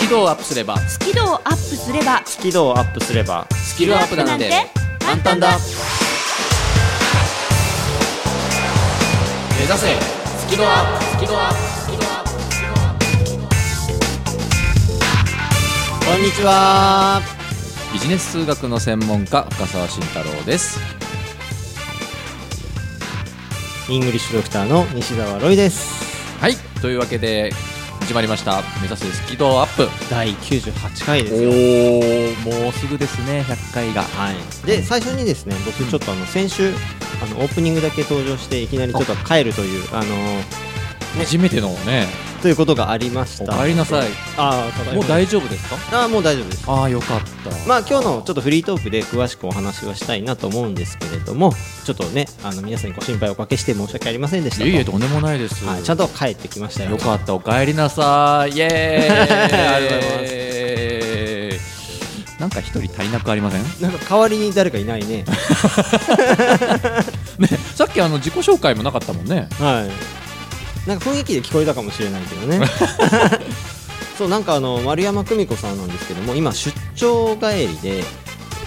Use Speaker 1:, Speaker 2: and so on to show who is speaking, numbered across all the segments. Speaker 1: キ度をアップすれば
Speaker 2: スキルをアップすれば
Speaker 3: スキルをアップすれば
Speaker 1: スキルアップなんて簡単だ目指せスキルアップスキルアップスキルアップ
Speaker 3: こんにちは
Speaker 1: ビジネス数学の専門家深澤慎太郎です
Speaker 3: イングリッシュドクターの西澤ロイです
Speaker 1: はいというわけで始まりました目指せスキルアップ
Speaker 3: 第98回ですよ
Speaker 1: おおもうすぐですね100回が
Speaker 3: はいで最初にですね僕ちょっとあの先週あのオープニングだけ登場していきなりちょっと帰るというあの
Speaker 1: 初めてのね
Speaker 3: ということがありまし
Speaker 1: お
Speaker 3: た
Speaker 1: かえりなさい
Speaker 3: あーただい
Speaker 1: も
Speaker 3: ま
Speaker 1: う大丈夫ですか
Speaker 3: あーもう大丈夫です
Speaker 1: ああよかった
Speaker 3: まあ今日のちょっとフリートークで詳しくお話はしたいなと思うんですけれどもちょっとねあの皆さんにご心配をおかけして申し訳ありませんでしたと
Speaker 1: いえいえとんでもないです、
Speaker 3: はい、ちゃんと帰ってきましたよ
Speaker 1: よかった、おかえりなさい。イエーイ
Speaker 3: ありがとうございます
Speaker 1: ます。なんか一人足りなくありませんね、
Speaker 3: なんか代わりに誰かいないね
Speaker 1: さっきあの自己紹介もなかったもんね。
Speaker 3: はいなんか雰囲気で聞こえたかもしれないけど ねそうなんかあの丸山久美子さんなんですけども今出張帰りで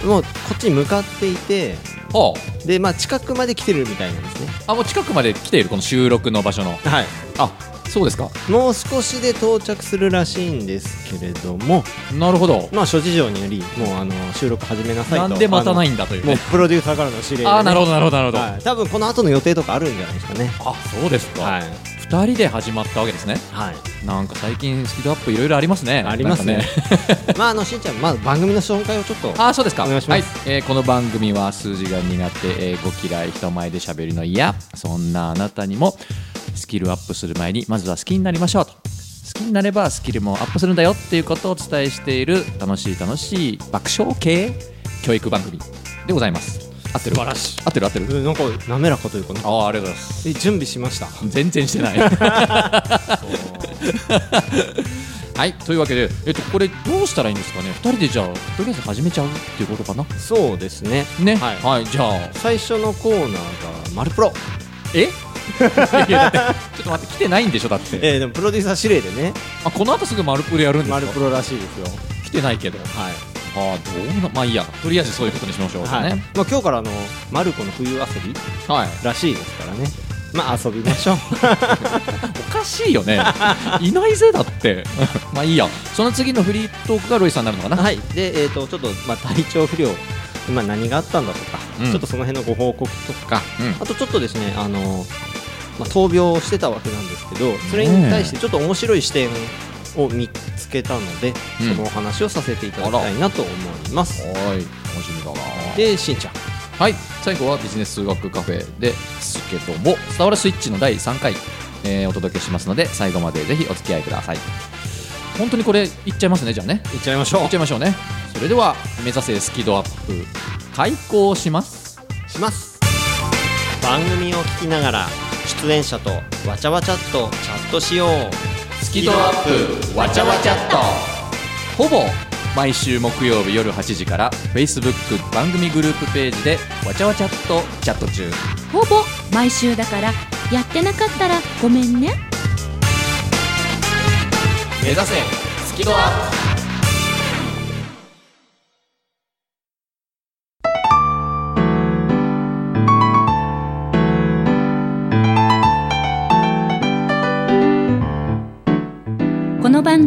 Speaker 3: もうこっちに向かっていて
Speaker 1: は
Speaker 3: でまあ近くまで来てるみたいなんですね
Speaker 1: あ、あもう近くまで来ている、この収録の場所の。
Speaker 3: はい
Speaker 1: あ、そうですか。
Speaker 3: もう少しで到着するらしいんですけれども
Speaker 1: なるほど。
Speaker 3: まあ諸事情によりもうあの収録始めなさい
Speaker 1: な
Speaker 3: と
Speaker 1: んで待たない
Speaker 3: あ
Speaker 1: んだという
Speaker 3: のもう
Speaker 1: ね。
Speaker 3: プロデューサーからの指令
Speaker 1: あー、なるほ
Speaker 3: ど
Speaker 1: ど、なるほど、なるほど。
Speaker 3: はい、多分この後の予定とかあるんじゃないですかね
Speaker 1: あ、そうです
Speaker 3: は
Speaker 1: か。
Speaker 3: い
Speaker 1: 二、人で始まったわけですね。
Speaker 3: はい
Speaker 1: なんか最近スピードアップいろいろありますね。
Speaker 3: ありますね
Speaker 1: なんか
Speaker 3: まああのしんちゃんまあ番組の紹介をちょっと
Speaker 1: あーそうですか
Speaker 3: お願いしま
Speaker 1: は
Speaker 3: す
Speaker 1: いえーこの番組は数字が苦手、えー、ご嫌い人前で喋るの嫌そんなあなたにもスキルアップする前にまずは好きになりましょうと好きになればスキルもアップするんだよっていうことをお伝えしている楽しい楽しい爆笑系教育番組でございます合ってる
Speaker 3: 晴らしい
Speaker 1: 合ってる合ってる
Speaker 3: うんなんか滑らかというかなんか
Speaker 1: ああありがとうございます
Speaker 3: え準備しました
Speaker 1: 全然してないはいというわけで、えっと、これどうしたらいいんですかね2人でじゃあとりあえず始めちゃうっていうことかな
Speaker 3: そうですね
Speaker 1: ね
Speaker 3: はい
Speaker 1: はい、じゃあ
Speaker 3: 最初のコーナーが「マルプロ
Speaker 1: え いやだってちょっと待って来てないんでしょだっ」て
Speaker 3: えー、でもプロデューサー指令でね
Speaker 1: あこの後すぐマルプロやるん
Speaker 3: 「
Speaker 1: で
Speaker 3: マ
Speaker 1: す
Speaker 3: ル
Speaker 1: か
Speaker 3: プロ」らしいですよ
Speaker 1: 来てないけどあ
Speaker 3: はい
Speaker 1: あどうなまあいいやとりあえずそういうことにしましょうね
Speaker 3: は、
Speaker 1: はいい、
Speaker 3: まあ、今日からあのマルコの冬遊びらしいですからねまあ遊びましょう
Speaker 1: おかしいよね いないぜだって まあいいやその次のフリートークがロイさんになるのかな
Speaker 3: はいでえっ、とちょっとまあ体調不良今何があったんだと
Speaker 1: う
Speaker 3: か、
Speaker 1: ん
Speaker 3: ちょっとその辺のご報告とか
Speaker 1: うん
Speaker 3: あとちょっとですねあの、まあ、闘病をしてたわけなんですけどそれに対してちょっと面白い視点を見つけたので、
Speaker 1: うん
Speaker 3: そのお話をさせていただきたいなと思います、
Speaker 1: はい楽しみだな
Speaker 3: でしんちゃん
Speaker 1: はい、最後はビジネス数学カフェですけども、スタワラスイッチの第3回、えーお届けしますので、最後までぜひお付き合いください。本当にこれ、いっちゃいますね、じゃあね。
Speaker 3: いっちゃいましょ
Speaker 1: いっちゃ
Speaker 3: う
Speaker 1: いましょうね。それでは、目指せスキドアップ、開講します。
Speaker 3: します番組を聞きながら出演者とわちゃわちゃっとチャットしよう
Speaker 1: スキドアップ、わちゃわちゃっと。ほぼ毎週木曜日夜8時から、Facebook 番組グループページで、わちゃわちゃっとチャット中。
Speaker 2: ほぼ毎週だからやってなかったらごめんね
Speaker 1: 目指せスキドアップ
Speaker 2: この番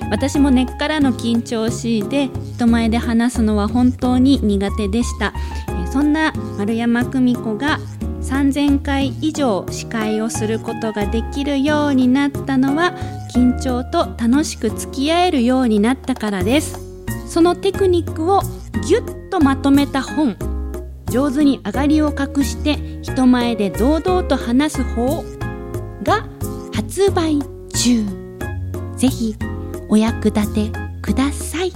Speaker 2: 私も根っからの緊張しいで人前で話すのは本当に苦手でしたえーそんな丸山久美子が3000回以上司会をすることができるようになったのは緊張と楽しく付き合えるようになったからですそのテクニックをぎゅっとまとめた本上手に上がりを隠して人前で堂々と話す方が発売中ぜひお役立てください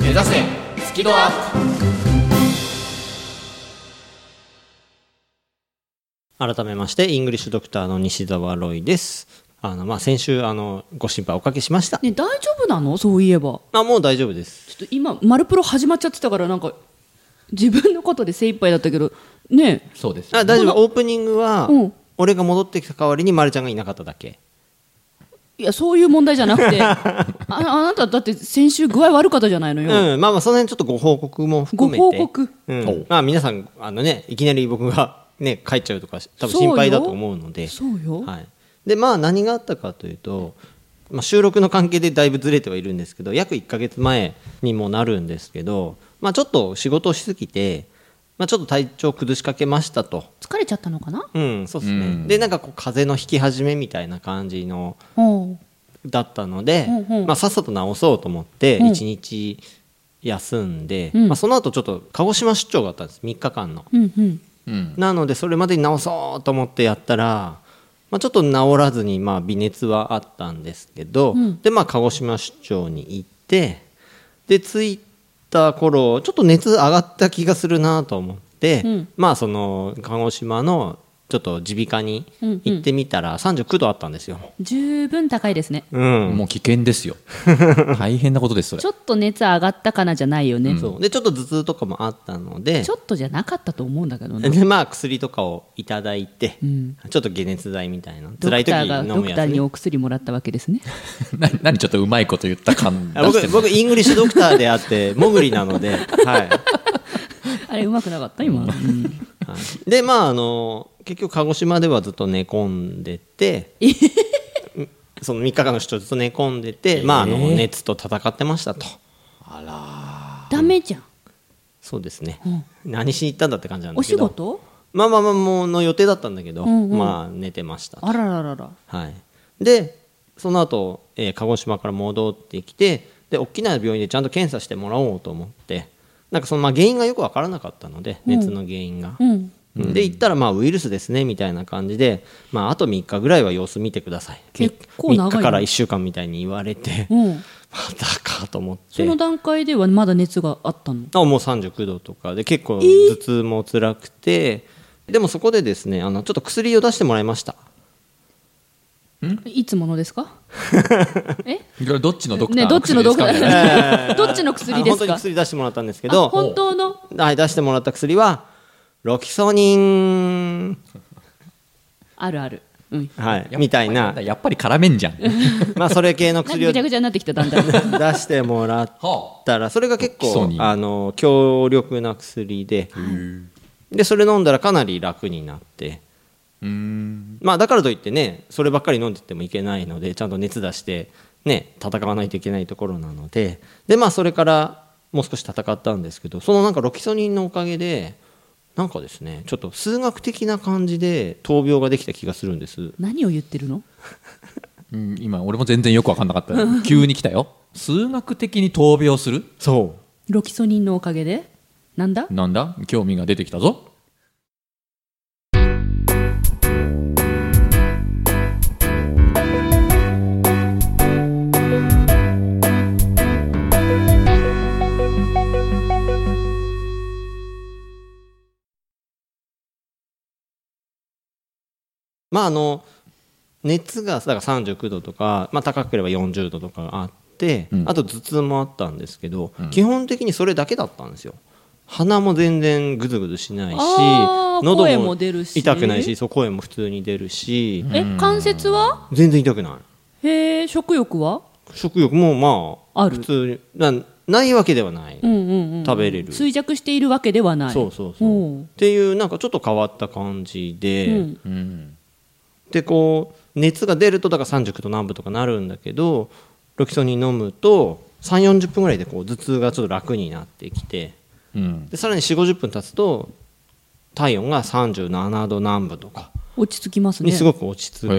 Speaker 1: 目指せスキルアップ
Speaker 3: 改めましてイングリッシュドクターの西澤ロイですあの、まあ、先週あのご心配おかけしました、
Speaker 4: ね大丈夫なのそういえば
Speaker 3: あもう大丈夫です
Speaker 4: ちょっと今「マルプロ」始まっちゃってたからなんか自分のことで精一杯だったけどねえ
Speaker 1: そうです
Speaker 3: あ大丈夫オープニングは、
Speaker 4: うん
Speaker 3: 俺が戻ってきた代わりに丸ちゃんがいなかっただけ
Speaker 4: いやそういう問題じゃな くてああなただって先週具合悪かったじゃないのよ、
Speaker 3: うんまあまあその辺ちょっとご報告も含めて
Speaker 4: ご報告
Speaker 3: うん
Speaker 1: おう
Speaker 3: まあ皆さんあのねいきなり僕がね帰っちゃうとか多分
Speaker 4: そうよ
Speaker 3: 心配だと思うので
Speaker 4: そうよ、
Speaker 3: はい、でまあ何があったかというと、まあ、収録の関係でだいぶずれてはいるんですけど約1ヶ月前にもなるんですけど、まあ、ちょっと仕事をしすぎて、まあ、ちょっと体調崩しかけましたと。
Speaker 4: 疲れちゃったのかな
Speaker 3: うん、そうですね、
Speaker 1: うん
Speaker 3: でなんかこう風邪の引き始めみたいな感じの
Speaker 4: おう
Speaker 3: だったので、
Speaker 4: うんうん
Speaker 3: まあ、さっさと治そうと思って
Speaker 4: うん
Speaker 3: 1日休んで、
Speaker 4: うん
Speaker 3: まあ、その後ちょっと鹿児島出張があったんです3日間の
Speaker 4: うんうん
Speaker 1: うん
Speaker 3: なのでそれまでに治そうと思ってやったら、まあ、ちょっと治らずにまあ微熱はあったんですけど、
Speaker 4: うん
Speaker 3: でまあ鹿児島出張に行ってで着いた頃ちょっと熱上がった気がするなと思って、
Speaker 4: うん
Speaker 3: まあその鹿児島のちょっと耳鼻科に行ってみたら39度あったんですよ。
Speaker 4: 十分高いですね
Speaker 3: うん
Speaker 1: もう危険ですよ大変なことですそれ
Speaker 4: ちょっと熱上がったかなじゃないよね、
Speaker 3: そうでちょっと頭痛とかもあったので
Speaker 4: ちょっとじゃなかったと思うんだけどね
Speaker 3: でまあ薬とかをいただいて、
Speaker 4: ん
Speaker 3: ちょっと解熱剤みたいな
Speaker 4: ド
Speaker 3: 辛い
Speaker 4: ク
Speaker 3: 時
Speaker 4: ター
Speaker 3: に飲
Speaker 4: がド
Speaker 3: む
Speaker 4: ク
Speaker 3: や
Speaker 4: ター
Speaker 3: つ、
Speaker 4: に
Speaker 3: ね、
Speaker 4: お薬もらったわけですね
Speaker 1: な何ちょっとうまいこと言った感
Speaker 3: あ
Speaker 1: 出して
Speaker 3: 僕
Speaker 1: る
Speaker 3: 僕イングリッシュドクターであってもぐりなの で、はい
Speaker 4: あれうまくなかった今、うん
Speaker 3: はい、でまああの結局鹿児島ではずっと寝込んでてその3日間の主張ずっと寝込んでて、まあ、あの
Speaker 1: えー
Speaker 3: 熱と戦ってましたと
Speaker 4: ダメじゃん
Speaker 3: そうですね、何しに行ったんだって感じなん
Speaker 4: お
Speaker 3: ですけ
Speaker 4: 仕
Speaker 3: ど
Speaker 4: 事
Speaker 3: まあまあまあもうの予定だったんだけど、
Speaker 4: うんうん
Speaker 3: まあ寝てましたと
Speaker 4: あらららら
Speaker 3: はい、でその後、えー鹿児島から戻ってきてで大きな病院でちゃんと検査してもらおうと思ってなんかそのまあ原因がよく分からなかったので、熱の原因が、
Speaker 4: うん
Speaker 3: で行ったらまあウイルスですねみたいな感じで、まあ、あと3日ぐらいは様子見てください
Speaker 4: 結構長いね
Speaker 3: 3日から1週間みたいに言われて、 ま
Speaker 4: うん
Speaker 3: たかと思っ
Speaker 4: そ
Speaker 3: て
Speaker 4: の段階ではまだ熱があったの
Speaker 3: あもう39度とかで結構頭痛も辛くて、でもそこでですねあのちょっと薬を出してもらいました
Speaker 4: いつもので すかえ
Speaker 1: いろいろどっちのドクター
Speaker 4: ねどっちの
Speaker 1: 薬
Speaker 4: ど
Speaker 1: です
Speaker 4: こ
Speaker 1: かみたいな
Speaker 4: どっちの薬
Speaker 3: あ
Speaker 4: で
Speaker 3: 本当
Speaker 4: す
Speaker 3: に
Speaker 4: か
Speaker 3: 薬出してもらったんですけ
Speaker 4: あ
Speaker 3: ど
Speaker 4: 本当の
Speaker 3: はい、出してもらった薬はロキソニン、
Speaker 4: あるあるうん
Speaker 3: はい、みたいな、
Speaker 1: やっぱり絡めんじゃん
Speaker 3: まあ、それ系の
Speaker 4: なんか
Speaker 3: 薬を
Speaker 4: ぐち
Speaker 3: 出
Speaker 4: ゃぐちゃになってきただんだ ん
Speaker 3: してもらっ
Speaker 1: は
Speaker 3: たらそれが結
Speaker 1: ロキソ
Speaker 3: 構
Speaker 1: ニン
Speaker 3: あの強力な薬ででそれ飲んだらかなり楽になって、
Speaker 1: あうーん
Speaker 3: まあ、だからといってねそればっかり飲んでてもいけないのでちゃんと熱出して、ね、戦わないといけないところなのでで、まあ、それからもう少し戦ったんですけどそのなんかロキソニンのおかげでなんかですねちょっと数学的な感じで闘病ができた気がするんです。
Speaker 4: 何を言ってるの
Speaker 1: うん今俺も全然よく分かんなかった急に来たよ数学的に闘病する
Speaker 3: そう
Speaker 4: ロキソニンのおかげでなんだ
Speaker 1: なんだ興味が出てきたぞ
Speaker 3: まああの熱がだから39度とか、まあ、高ければ40度とかがあって、
Speaker 1: うん
Speaker 3: あと頭痛もあったんですけど、基本的にそれだけだったんですよ鼻も全然ぐずぐずしないし
Speaker 4: あー
Speaker 3: 喉
Speaker 4: 声
Speaker 3: も
Speaker 4: も出るし
Speaker 3: 痛くないしそう声も普通に出るし、
Speaker 4: え関節は
Speaker 3: 全然痛くない
Speaker 4: へえ食欲は
Speaker 3: 食欲もまあ
Speaker 4: ある
Speaker 3: 普通になないわけではない、
Speaker 4: うんうんうん
Speaker 3: 食べれる、
Speaker 4: 衰弱しているわけではない
Speaker 3: そうそうそう、
Speaker 4: おう
Speaker 3: っていうなんかちょっと変わった感じで、
Speaker 4: うん
Speaker 1: うん
Speaker 3: でこう熱が出るとだから39度南部とかなるんだけどロキソニン飲むと3 4 0分ぐらいでこう頭痛がちょっと楽になってきて
Speaker 1: うん
Speaker 3: でさらに4 5 0分経つと体温が37度南部とか
Speaker 4: 落ち着きますね
Speaker 3: にすごく落ち着く、
Speaker 1: へ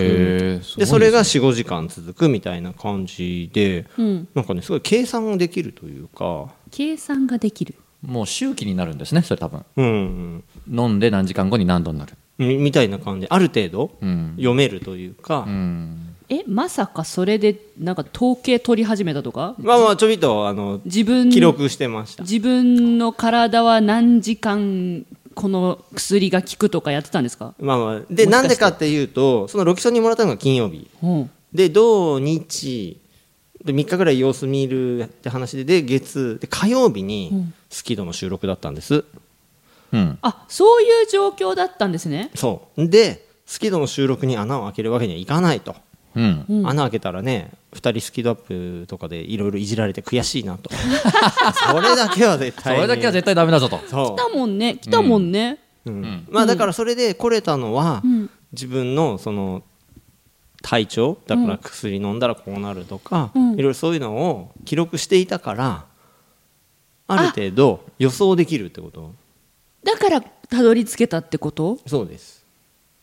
Speaker 1: え
Speaker 3: でそれが45時間続くみたいな感じで、
Speaker 4: うん、
Speaker 3: なんかねすごい計算ができるというか、
Speaker 4: 計算ができる
Speaker 1: もう周期になるんですねそれ多分
Speaker 3: うんうん
Speaker 1: 飲んで何時間後に何度になる
Speaker 3: みみたいな感じである程度
Speaker 1: うん
Speaker 3: 読めるというか、
Speaker 1: うん
Speaker 4: えまさかそれでなんか統計取り始めたとか
Speaker 3: まあまあちょびっとあの
Speaker 4: 自分
Speaker 3: 記録してました、
Speaker 4: 自分の体は何時間この薬が効くとかやってたんですか、
Speaker 3: まあまあ、で
Speaker 4: もしかして
Speaker 3: なんでかっていうとそのロキソニンもらったのが金曜日
Speaker 4: うん、
Speaker 3: で土日で3日ぐらい様子見るって話でで月で火曜日にスキードの収録だったんです、
Speaker 1: うん
Speaker 4: あそういう状況だったんですね
Speaker 3: そうでスキードの収録に穴を開けるわけにはいかないと。
Speaker 1: うん
Speaker 3: 穴開けたらね2人スキードアップとかでいろいろいじられて悔しいなと それだけは絶
Speaker 1: そ
Speaker 3: 対に
Speaker 1: れだけは絶対ダメだぞと
Speaker 3: そ
Speaker 4: 来たもんね来たもんね、
Speaker 3: う、うんまあ、だからそれで来れたのは、
Speaker 4: うん
Speaker 3: 自分のその体調だから薬飲んだらこうなるとか、
Speaker 4: うん
Speaker 3: いろいろそういうのを記録していたからある程度予想できるってこと
Speaker 4: だからたどり着けたってこと
Speaker 3: そうです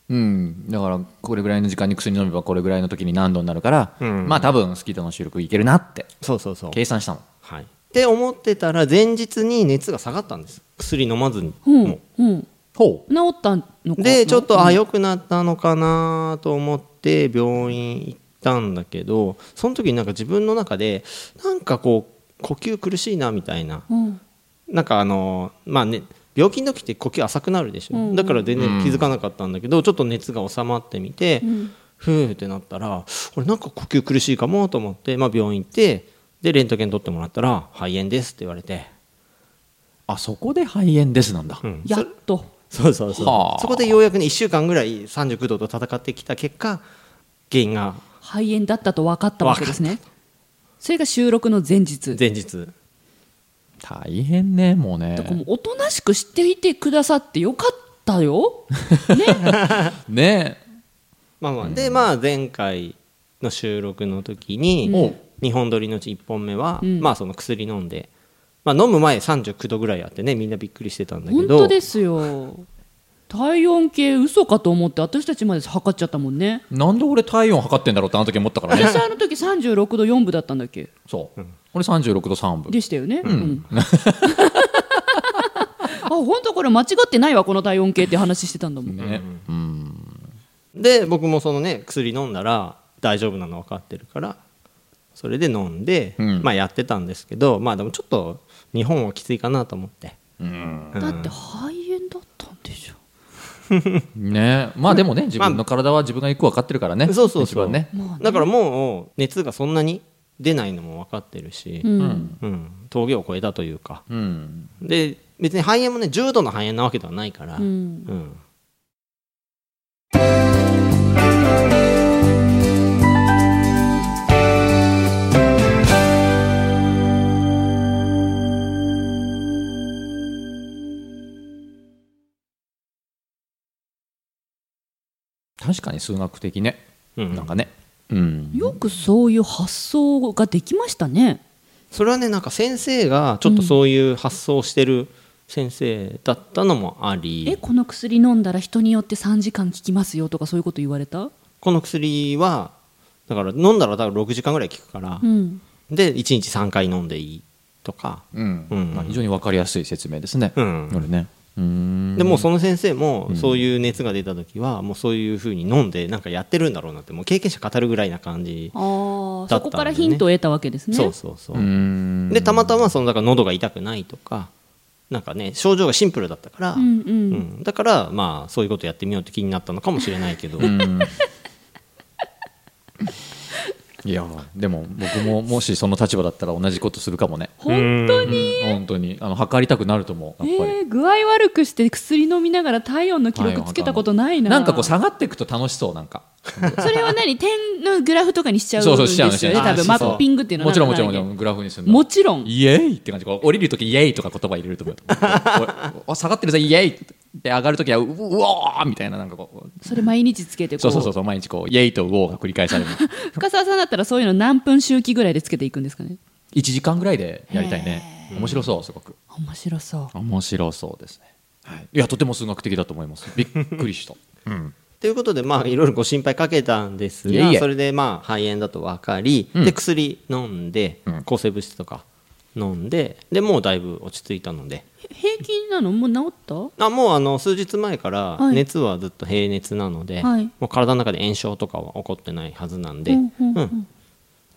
Speaker 1: うんだからこれぐらいの時間に薬飲めばこれぐらいの時に何度になるから
Speaker 3: うん
Speaker 1: まあ多分スキーとの収録いけるなって
Speaker 3: そうそうそう、
Speaker 1: 計算したの
Speaker 3: はい、って思ってたら前日に熱が下がったんです薬飲まずに、
Speaker 4: う、
Speaker 3: もうん
Speaker 4: うん、治
Speaker 1: ほ
Speaker 4: ったのか
Speaker 3: でちょっとあ
Speaker 4: よ
Speaker 3: 良くなったのかなと思って病院行ったんだけどその時になんか自分の中でなんかこう呼吸苦しいなみたいな
Speaker 4: うん
Speaker 3: なんかあのまあね病気の時って呼吸浅くなるでしょ、
Speaker 4: うん
Speaker 3: だから全然気づかなかったんだけど、ちょっと熱が収まってみて、
Speaker 4: うん
Speaker 3: ふーってなったら俺なんか呼吸苦しいかもと思って、まあ、病院行ってでレントゲン取ってもらったら肺炎ですって言われて、
Speaker 1: あそこで肺炎ですなんだ
Speaker 3: うん
Speaker 4: やっと
Speaker 3: そうそうそう、
Speaker 1: はあ
Speaker 3: そこでようやくね1週間ぐらい39度と戦ってきた結果原因が
Speaker 4: 肺炎だったと分かったわけですねそれが収録の前日
Speaker 3: 前日
Speaker 1: 大変ねもうね
Speaker 4: だからもうおとなしくしていてくださってよかったよ
Speaker 1: ね
Speaker 3: まあまあ、でまあ前回の収録の時に、
Speaker 1: おう
Speaker 3: 2本撮りのうち1本目は、
Speaker 4: うん
Speaker 3: まあその薬飲んで、まあ、飲む前39度ぐらいあってねみんなびっくりしてたんだけ
Speaker 4: 本
Speaker 3: ど
Speaker 4: 当ですよ体温計嘘かと思って私たちまで測っちゃったもんね
Speaker 1: なんで俺体温測ってんだろうってあの時思ったから ね
Speaker 4: 私あの時36度4分だったんだっけ
Speaker 1: そう俺36度3分
Speaker 4: でしたよね、うん、 あ本当これ間違ってないわこの体温計って話してたんだもん、
Speaker 1: ねうん
Speaker 3: で僕もそのね薬飲んだら大丈夫なの分かってるからそれで飲んで、
Speaker 1: うん
Speaker 3: まあやってたんですけどまあでもちょっと日本はきついかなと思って
Speaker 1: うん
Speaker 4: だって肺炎だったんでしょ
Speaker 1: ねまあでもね自分の体は自分がよく分かってるからね
Speaker 3: そうそう
Speaker 1: 一
Speaker 3: そう、
Speaker 1: 番ね
Speaker 4: まあね
Speaker 3: だからもう熱がそんなに出ないのも分かってるし、
Speaker 4: うん、
Speaker 3: うん峠を越えたというか
Speaker 1: うん
Speaker 3: で別に肺炎もね重度の肺炎なわけではないから、
Speaker 4: うん
Speaker 3: うん
Speaker 1: 確かに数学的ね
Speaker 3: うん
Speaker 1: なんかねうん
Speaker 4: よくそういう発想ができましたね
Speaker 3: それはねなんか先生がちょっとそういう発想をしてる先生だったのもあり、
Speaker 4: えこの薬飲んだら人によって3時間効きますよとかそういうこと言われた
Speaker 3: この薬はだから飲んだら多分6時間ぐらい効くから
Speaker 4: う、ん
Speaker 3: で1日3回飲んでいいとか、
Speaker 1: うん
Speaker 3: うん
Speaker 1: まあ非常に分かりやすい説明ですね
Speaker 3: うん
Speaker 1: これねうん
Speaker 3: でもうその先生もそういう熱が出た時はもうそういうふうに飲んでなんかやってるんだろうなってもう経験者語るぐらいな感じ、
Speaker 4: あー
Speaker 3: だったんだよね
Speaker 4: そこからヒントを得たわけですね
Speaker 3: そうそうそう、
Speaker 1: うん
Speaker 3: でたまたまそのだから喉が痛くないとかなんかね症状がシンプルだったから、
Speaker 4: うんう、
Speaker 3: うんんだからまあそういうことやってみようって気になったのかもしれないけど、
Speaker 1: うんいいやでも僕ももしその立場だったら同じことするかもね
Speaker 4: 本当に
Speaker 1: 本当にあの測りたくなると思うやっぱり、
Speaker 4: えー具合悪くして薬飲みながら体温の記録つけたことないな
Speaker 1: なんかこう下がっていくと楽しそうなんか
Speaker 4: それは何点のグラフとかにしちゃうん
Speaker 1: そうそう
Speaker 4: ですよね
Speaker 1: しちゃうしちゃう
Speaker 4: 多分マ
Speaker 3: あそう
Speaker 4: ッピングっていうの
Speaker 1: も
Speaker 4: は
Speaker 1: ち
Speaker 4: な
Speaker 1: ろ
Speaker 4: ん
Speaker 1: ん
Speaker 4: か
Speaker 1: も
Speaker 4: な
Speaker 1: ち
Speaker 4: い
Speaker 1: ろんもちろんグラフにするんだ
Speaker 4: もちろん
Speaker 1: イエイって感じこう降りるときイエイとか言葉入れると思うおお下がってるぜイエイってで上がるときはううおーみたいななんかこう
Speaker 4: それ毎日つけてこ
Speaker 1: そううそうそうそう毎日こうイエイとウォーが繰り返される
Speaker 4: 深澤さんだったらそういうの何分周期ぐらいでつけていくんですかね
Speaker 1: 1時間ぐらいでやりたいね面白そうすごく
Speaker 4: 面白そう
Speaker 1: 面白そうですね、はい、いやとても数学的だと思いますびっくりした うん
Speaker 3: ということで、まあ、いろいろご心配かけたんですが
Speaker 1: いえいえ
Speaker 3: それで、まあ、肺炎だと分かり、
Speaker 1: うん
Speaker 3: で薬飲んで、
Speaker 1: うん
Speaker 3: 抗生物質とか飲んででもうだいぶ落ち着いたので
Speaker 4: 平均なのもう治った
Speaker 3: あもうあの数日前から
Speaker 4: はい
Speaker 3: 熱はずっと平熱なので、
Speaker 4: はい
Speaker 3: もう体の中で炎症とかは起こってないはずなんで、
Speaker 4: うんうんうん
Speaker 3: うん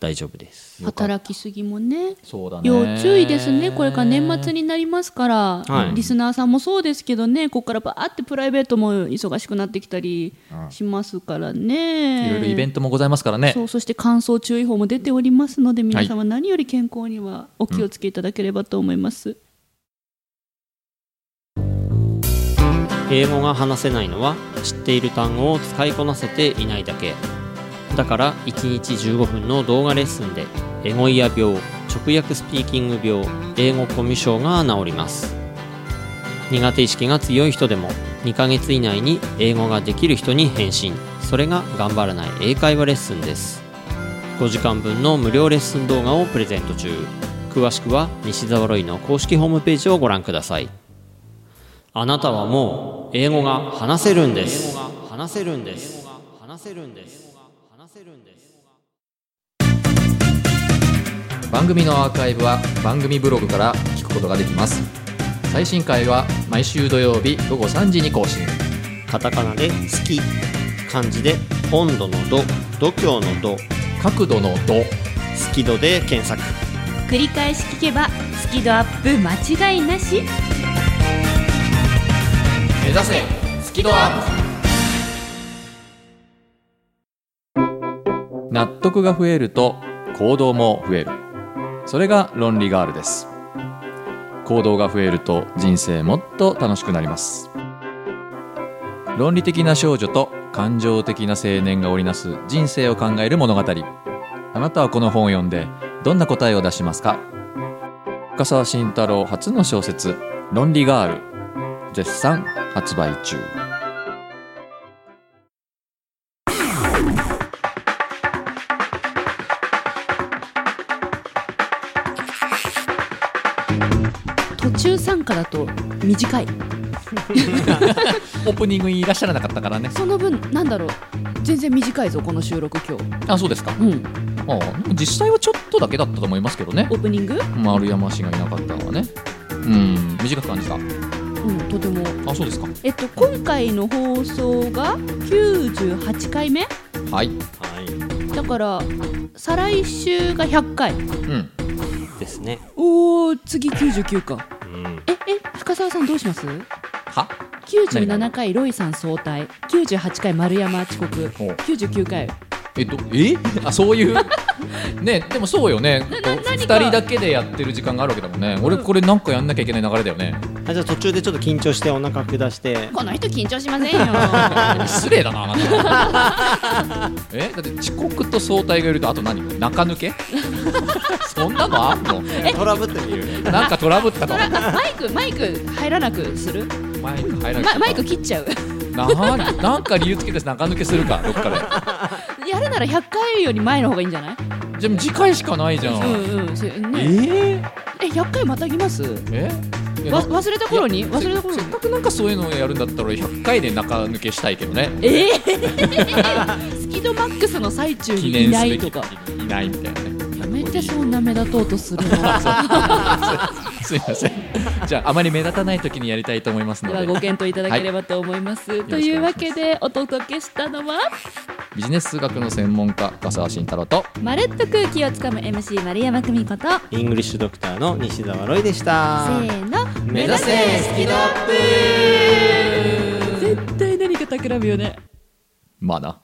Speaker 3: 大丈夫です。
Speaker 4: 働きすぎもね
Speaker 1: そうだね
Speaker 4: 要注意ですねこれから年末になりますから、
Speaker 3: はい
Speaker 4: リスナーさんもそうですけどねここからバーってプライベートも忙しくなってきたりしますからね、
Speaker 1: いろいろイベントもございますからね
Speaker 4: そうそして乾燥注意報も出ておりますので皆様何より健康にはお気をつけいただければと思います、
Speaker 3: 英語が話せないのは知っている単語を使いこなせていないだけだから1日15分の動画レッスンでエゴイア病直訳スピーキング病英語コミュ障が治ります苦手意識が強い人でも2ヶ月以内に英語ができる人に返信それが頑張らない英会話レッスンです5時間分の無料レッスン動画をプレゼント中詳しくは西澤ロイの公式ホームページをご覧くださいあなたはもう英語が話せるんです。話せるんです。話せるんです。話せるんです。
Speaker 1: 番組のアーカイブは番組ブログから聞くことができます最新回は毎週土曜日午後3時に更新
Speaker 3: カタカナで好き、漢字で温度の度、度胸の度、好
Speaker 1: 角度の度
Speaker 3: き度で検索。
Speaker 2: 繰り返し聞けばスキドアップ間違いなし
Speaker 1: 目指せスキドアップ納得が増えると行動も増えるそれが論理ガールです行動が増えると人生もっと楽しくなります論理的な少女と感情的な青年が織りなす人生を考える物語あなたはこの本を読んでどんな答えを出しますか深沢慎太郎初の小説「論理ガール」絶賛発売中
Speaker 4: 途中参加だと短い
Speaker 1: オープニングにいらっしゃらなかったからね
Speaker 4: その分なんだろう全然短いぞこの収録今日
Speaker 1: あそうですか
Speaker 4: うん
Speaker 1: ああでも実際はちょっとだけだったと思いますけどね
Speaker 4: オープニング
Speaker 1: 丸山氏がいなかったのはねうん短く感じたあ
Speaker 4: うんとても
Speaker 1: そうですか
Speaker 4: えっと今回の放送が98回目
Speaker 1: はい
Speaker 3: は
Speaker 4: だから再来週が100回
Speaker 1: うん
Speaker 3: い。ですね。
Speaker 4: おー次99か
Speaker 3: うん。
Speaker 4: ええ深澤さんどうします
Speaker 1: は
Speaker 4: 97回ロイさん早退98回丸山遅刻
Speaker 1: お
Speaker 4: 99回
Speaker 1: えどえ あそういうねでもそうよねこう
Speaker 4: 何
Speaker 1: 二
Speaker 4: か
Speaker 1: 人だけでやってる時間があるわけだもんね俺これなんかやんなきゃいけない流れだよね
Speaker 3: あじゃあ途中でちょっと緊張してお腹下して。
Speaker 4: この人緊張しません よ
Speaker 1: 失礼だなあなたえだって遅刻と早退がいるとあと何中抜けそんなのあんの
Speaker 3: トラブってみる。
Speaker 1: なんかトラブったかも
Speaker 4: マイクマイク入らなくする
Speaker 1: マイク入らな
Speaker 4: マ
Speaker 1: い
Speaker 4: マイク切っちゃう
Speaker 1: なーなんか理由つけて中抜けするかどっかで
Speaker 4: やるなら100回より前の方がいいんじゃない
Speaker 1: じゃあ次回しかないじゃん、
Speaker 4: うんうんせね
Speaker 1: えー、
Speaker 4: え100回またぎます
Speaker 1: えいや
Speaker 4: わ
Speaker 1: な
Speaker 4: 忘れた頃に
Speaker 1: いや
Speaker 4: 忘れた頃
Speaker 1: せせっ
Speaker 4: に
Speaker 1: かくなんかそういうのをやるんだったら俺100回で中抜けしたいけどね
Speaker 4: えー、 スキドマックスの最中
Speaker 1: 記
Speaker 4: にい
Speaker 1: 念
Speaker 4: な
Speaker 1: す
Speaker 4: い
Speaker 1: べき
Speaker 4: とか
Speaker 1: いないみたいなね
Speaker 4: やめてそんな目立とうとするのです
Speaker 1: いませんじゃああまり目立たない時にやりたいと思いますの
Speaker 4: は
Speaker 1: で
Speaker 4: ご検討いただければと思います、
Speaker 1: い
Speaker 4: というわけでお届けしたのは
Speaker 1: ビジネス数学の専門家笠原慎太郎と
Speaker 2: まるっと空気をつかむ MC 丸山久美子とせ
Speaker 3: イングリッシュドクターの西澤ロイでした。
Speaker 2: ーの
Speaker 3: 目指せスキドアップ
Speaker 4: 絶対何か企むよね
Speaker 1: まあな